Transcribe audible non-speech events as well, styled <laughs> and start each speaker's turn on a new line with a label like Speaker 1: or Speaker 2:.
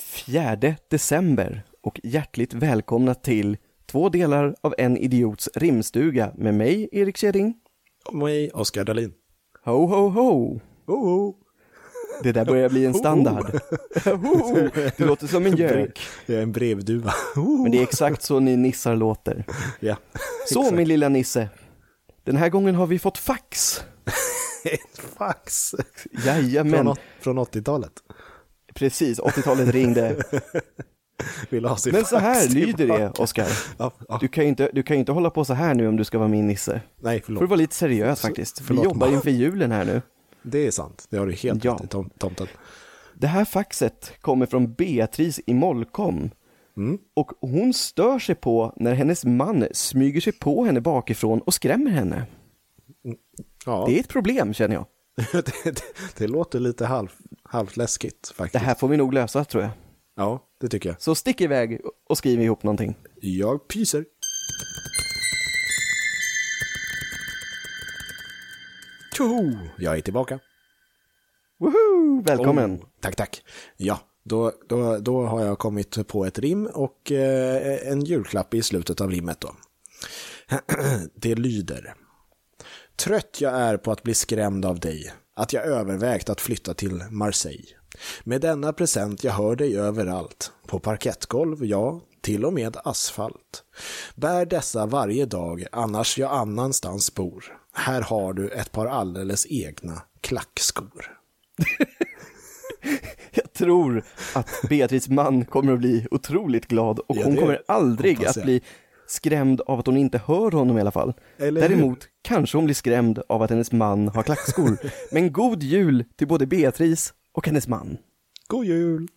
Speaker 1: 4 december och hjärtligt välkomna till två delar av En Idiots Rimstuga med mig, Erik Kjering.
Speaker 2: Och mig, Oskar Dahlin.
Speaker 1: Ho, ho, ho!
Speaker 2: Oh, oh.
Speaker 1: Det där börjar bli en standard. Ho, ho. Det låter som en gök,
Speaker 2: Jag är
Speaker 1: <laughs>
Speaker 2: en brevduva. Oh.
Speaker 1: men det är exakt så ni nissar låter.
Speaker 2: Ja, <laughs>
Speaker 1: Så min lilla nisse, den här gången har vi fått fax.
Speaker 2: ett fax från,
Speaker 1: Jajamän,
Speaker 2: åt- från 80-talet.
Speaker 1: precis, 80-talet
Speaker 2: <laughs>
Speaker 1: ringde.
Speaker 2: Vill ha sin
Speaker 1: Men så här
Speaker 2: fax
Speaker 1: lyder
Speaker 2: tillbaka.
Speaker 1: det, Oskar.
Speaker 2: Ja, ja.
Speaker 1: Du kan ju inte, du kan ju inte hålla på så här nu om du ska vara min nisse.
Speaker 2: Nej,
Speaker 1: Får du
Speaker 2: förlåt.
Speaker 1: vara lite seriös faktiskt.
Speaker 2: förlåt,
Speaker 1: Vi jobbar
Speaker 2: mamma.
Speaker 1: inför julen här nu.
Speaker 2: Det är sant. Det har du helt
Speaker 1: Ja.
Speaker 2: rätt i, tom, tomten.
Speaker 1: Det här faxet kommer från Beatrice i Molkom. Och hon stör sig på när hennes man smyger sig på henne bakifrån och skrämmer henne.
Speaker 2: Ja,
Speaker 1: Det
Speaker 2: det...
Speaker 1: är ett problem känner jag.
Speaker 2: <laughs> det, det låter lite halv, halvt läskigt faktiskt.
Speaker 1: Det här får vi nog lösa tror jag.
Speaker 2: Ja, det tycker jag.
Speaker 1: Så stick iväg och skriv ihop någonting.
Speaker 2: Jag pyser. Tjoho! Jag är tillbaka.
Speaker 1: Woohoo! Välkommen!
Speaker 2: Oh, tack, tack. Ja, då, då, då har jag kommit på ett rim och eh, en julklapp i slutet av rimmet då. <clears throat> Det lyder. Trött jag är på att bli skrämd av dig, att jag övervägt att flytta till Marseille. Med denna present jag hör dig överallt, på parkettgolv, ja, till och med asfalt. Bär dessa varje dag, annars jag annanstans bor. Här har du ett par alldeles egna klackskor.
Speaker 1: Jag tror att Beatrice man kommer att bli otroligt glad och
Speaker 2: Ja,
Speaker 1: hon
Speaker 2: det
Speaker 1: kommer aldrig
Speaker 2: hoppas
Speaker 1: att
Speaker 2: jag.
Speaker 1: bli skrämd av att hon inte hör honom i alla fall.
Speaker 2: Eller hur?
Speaker 1: Däremot kanske hon blir skrämd av att hennes man
Speaker 2: <laughs>
Speaker 1: har klackskor. Men god jul till både Beatrice och hennes man.
Speaker 2: God jul!